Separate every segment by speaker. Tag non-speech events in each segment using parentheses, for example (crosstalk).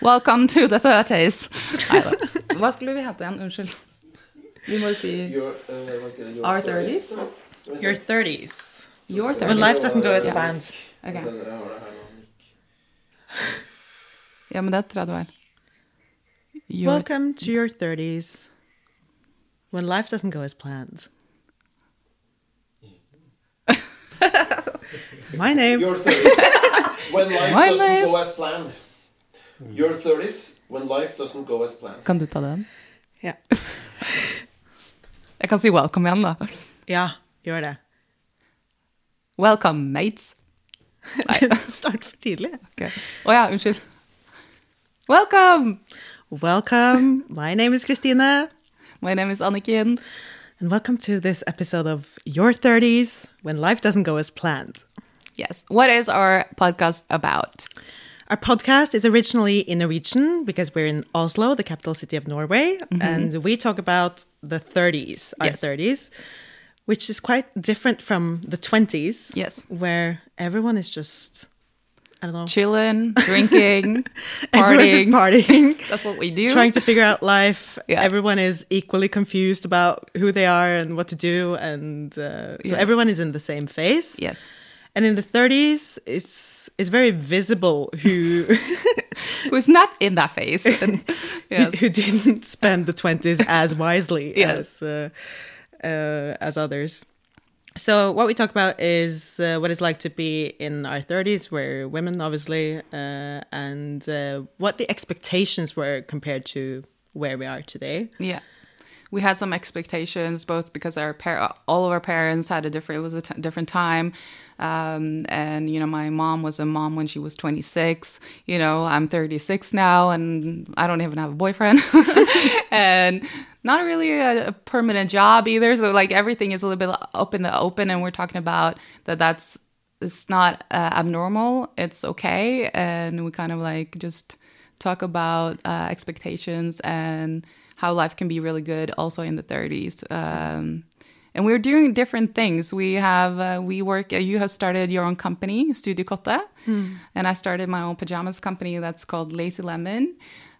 Speaker 1: Welcome to the 30s. (laughs) Nei da. Hva skulle vi hete igjen? Unnskyld. Vi må jo si
Speaker 2: Your, uh, like, uh, your
Speaker 1: Our 30s?
Speaker 3: Your 30s.
Speaker 1: Your 30s.
Speaker 3: When life doesn't go as planned.
Speaker 1: Ok.
Speaker 2: Den- jeg har det her nå.
Speaker 1: Ja, men det tror jeg det var. Your,
Speaker 3: Welcome to your 30s. When life doesn't go as planned. My name.
Speaker 2: Your 30s. When life
Speaker 1: My
Speaker 2: doesn't
Speaker 1: life.
Speaker 2: go as planned. Your 30s. When life doesn't go as planned.
Speaker 1: kan du ta den?
Speaker 3: Ja.
Speaker 1: Jeg kan si welcome igjen, da.
Speaker 3: ja, gjør det.
Speaker 1: Welcome, mates.
Speaker 3: (laughs) Start for tidlig.
Speaker 1: Ok. Å ja, unnskyld. Welcome!
Speaker 3: Welcome. My name is Christina.
Speaker 1: My name is Anniken.
Speaker 3: And welcome to this episode of Your 30s When Life Doesn't Go As Planned.
Speaker 1: Yes. What is our podcast about?
Speaker 3: Our podcast is originally in Norwegian because we're in Oslo, the capital city of Norway, and we talk about the 30s, our
Speaker 1: Mm-hmm. Yes.
Speaker 3: 30s, which is quite different from the 20s,
Speaker 1: Yes.
Speaker 3: where everyone is just, I don't know,
Speaker 1: Chilling,
Speaker 3: (laughs)
Speaker 1: drinking,
Speaker 3: everyone's just
Speaker 1: partying. (laughs)
Speaker 3: partying.
Speaker 1: That's what we do.
Speaker 3: Trying to figure out life.
Speaker 1: Yeah.
Speaker 3: Everyone is equally confused about who they are and what to do. And uh, so
Speaker 1: Yes.
Speaker 3: everyone is in the same phase.
Speaker 1: Yes.
Speaker 3: And in the 30s, it's, it's very visible who
Speaker 1: Who's not in that
Speaker 3: (laughs)
Speaker 1: phase? yes.
Speaker 3: who didn't (laughs) spend the 20s as wisely
Speaker 1: (laughs) Yes.
Speaker 3: as, uh, uh, as others. So, what we talk about is uh, what it's like to be in our 30s, we're women, obviously, uh, and uh, what the expectations were compared to where we are today.
Speaker 1: Yeah. We had some expectations, both because our par- all of our parents had a different, it was a t- different time. Um, and, you know, my mom was a mom when she was 26. You know, I'm 36 now and I don't even have a boyfriend. (laughs) and not really a, a permanent job either. So, like, everything is a little bit up in the open. And we're talking about that that's it's not uh, abnormal, it's okay. And we kind of like just talk about uh, expectations and how life can be really good also in the 30s um, and we're doing different things we have uh, we work uh, you have started your own company studio kotte
Speaker 3: Hmm.
Speaker 1: and i started my own pajamas company that's called lazy lemon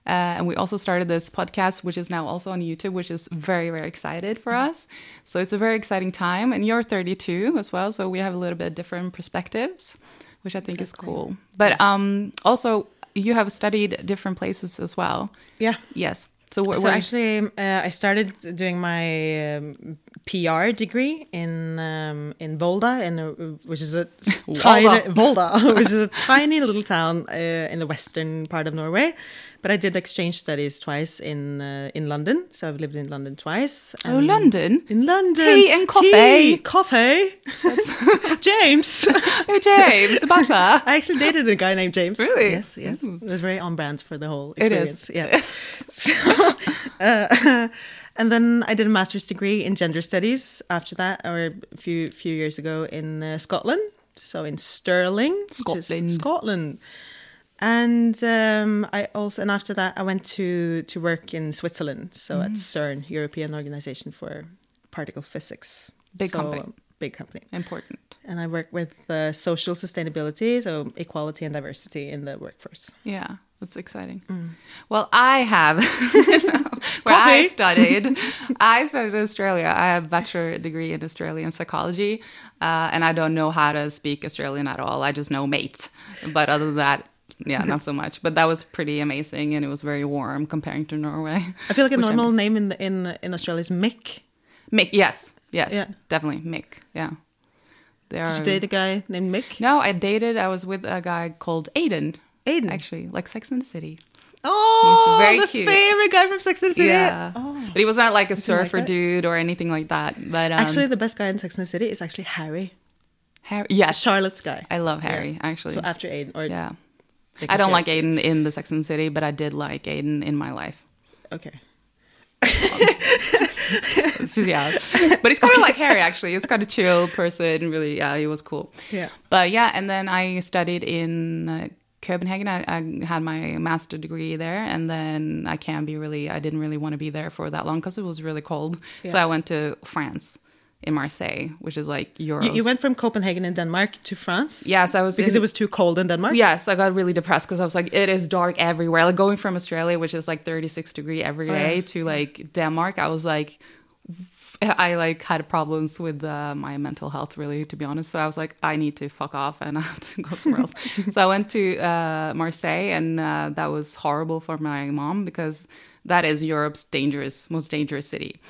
Speaker 1: uh, and we also started this podcast which is now also on youtube which is very very excited for us so it's a very exciting time and you're 32 as well so we have a little bit different perspectives which i think is cool but um also you have studied different places as well
Speaker 3: Yeah.
Speaker 1: Yes. So we're,
Speaker 3: So
Speaker 1: we're
Speaker 3: actually, um, uh, I started doing my um, PR degree in um, in Volda, in, uh, which is a
Speaker 1: (laughs)
Speaker 3: s- tiny Volda, (laughs) which is a tiny little town uh, in the western part of Norway. But I did exchange studies twice in uh, in London, so I've lived in London twice.
Speaker 1: oh,
Speaker 3: and- (laughs)
Speaker 1: London.
Speaker 3: In London,
Speaker 1: Tea and coffee.
Speaker 3: Tea, coffee. (laughs)
Speaker 1: (laughs)
Speaker 3: James,
Speaker 1: Oh, James, the butler.
Speaker 3: (laughs) I actually dated a guy named James.
Speaker 1: Really? Hmm.
Speaker 3: Yes, yes. It was very on brand for the whole
Speaker 1: It
Speaker 3: experience.
Speaker 1: is. (laughs)
Speaker 3: Yeah. so, uh, (laughs) and then I did a master's degree in gender studies after that, or a few few years ago in uh, Scotland. So in Stirling, which is
Speaker 1: Scotland.
Speaker 3: Scotland. And um, I also, and after that, I went to to work in Switzerland. So
Speaker 1: Hmm.
Speaker 3: at CERN, European Organization for Particle Physics.
Speaker 1: Big
Speaker 3: So,
Speaker 1: company.
Speaker 3: Big company
Speaker 1: Important.
Speaker 3: and I work with uh, social sustainability, so equality and diversity in the workforce.
Speaker 1: Yeah, that's exciting. Well, I have (laughs) where I
Speaker 3: Mm. Coffee.
Speaker 1: studied. (laughs) I studied in Australia. I have a bachelor degree in Australian psychology, uh, and I don't know how to speak Australian at all. I just know mate, but other than that. Yeah, not so much, but that was pretty amazing, and it was very warm comparing to Norway. (laughs)
Speaker 3: I feel like a
Speaker 1: which I
Speaker 3: normal
Speaker 1: miss.
Speaker 3: name in the, in in Australia is Mick.
Speaker 1: Mick, yes, yes,
Speaker 3: Yeah.
Speaker 1: definitely Mick. Yeah, they
Speaker 3: Did you
Speaker 1: are.
Speaker 3: date a guy named Mick?
Speaker 1: Um, No, I dated. I was with a guy called Aiden.
Speaker 3: Aiden.
Speaker 1: Actually, like Sex and the City.
Speaker 3: Oh,
Speaker 1: He's very
Speaker 3: the
Speaker 1: cute.
Speaker 3: favorite guy from Sex and the City.
Speaker 1: Yeah.
Speaker 3: Oh.
Speaker 1: But he was not like a
Speaker 3: like
Speaker 1: surfer
Speaker 3: that?
Speaker 1: dude or anything like that. But um,
Speaker 3: Actually, the best guy in Sex and the City is actually Harry,
Speaker 1: Harry. Yes.
Speaker 3: Charlotte's guy.
Speaker 1: I love Harry, actually.
Speaker 3: So uh, after Aiden, or
Speaker 1: yeah.
Speaker 3: Nicholas
Speaker 1: I don't
Speaker 3: Ray.
Speaker 1: like Aiden in the Sex and the City, but I did like Aiden in my
Speaker 3: (laughs)
Speaker 1: life.
Speaker 3: Okay,
Speaker 1: It's just- yeah. But he's kind of like Harry, actually. He's kind of chill person. Really, yeah, he was cool.
Speaker 3: Yeah.
Speaker 1: But yeah, and then I studied in uh, Copenhagen. I, I had my master degree there, and then I can be really. I didn't really want to be there for that long because it was really cold. So
Speaker 3: Yeah.
Speaker 1: I went to France in Marseille, which is like Euros.
Speaker 3: You, you went from Copenhagen in Denmark to France?
Speaker 1: Yes, I was
Speaker 3: Because
Speaker 1: in-
Speaker 3: it was too cold in Denmark?
Speaker 1: Yes, I got really depressed because I was like, it is dark everywhere. Like going from Australia, which is like 36 degree every
Speaker 3: yeah.
Speaker 1: day, to like Denmark, I was like, I like had problems with uh, my mental health, really, to be honest. So I was like, I need to fuck off and (laughs) I have to go somewhere else. so I went to uh, Marseille, and uh, that was horrible for my mom because that is Europe's dangerous, most dangerous city.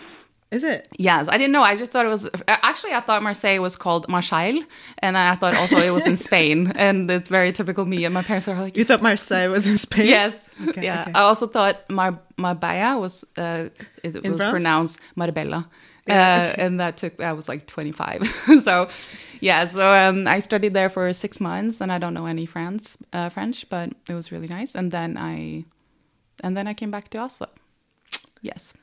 Speaker 3: Is it?
Speaker 1: Yes, I didn't know. I just thought it was actually I thought Marseille was called Marseille, and I thought also it
Speaker 3: (laughs)
Speaker 1: was in Spain, and it's very typical me. And my parents are like,
Speaker 3: You thought Marseille was in Spain?
Speaker 1: "Yes,
Speaker 3: Okay,
Speaker 1: yeah." Oh.
Speaker 3: okay.
Speaker 1: I also thought Mar- Marbella was uh, it was
Speaker 3: France?
Speaker 1: pronounced Marbella,
Speaker 3: Yeah,
Speaker 1: uh, and that took I was like twenty five. (laughs) so, yeah, so um, I studied there for six months, and I don't know any France uh, French, but it was really nice. And then I, and then I came back to Oslo. Yes,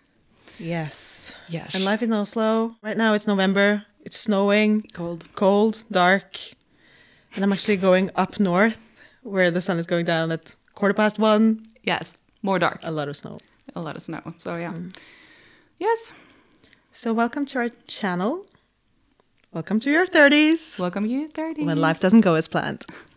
Speaker 3: Yes.
Speaker 1: Yes.
Speaker 3: And life in Oslo. Right now it's November. It's snowing.
Speaker 1: cold.
Speaker 3: Cold, dark. And I'm actually going up north where the sun is going down at quarter past one.
Speaker 1: Yes, more dark.
Speaker 3: A lot of snow. Mm.
Speaker 1: and let us know. So yeah. Yes.
Speaker 3: So welcome to our channel. Welcome to your 30s.
Speaker 1: Welcome you 30.
Speaker 3: When life doesn't go as planned.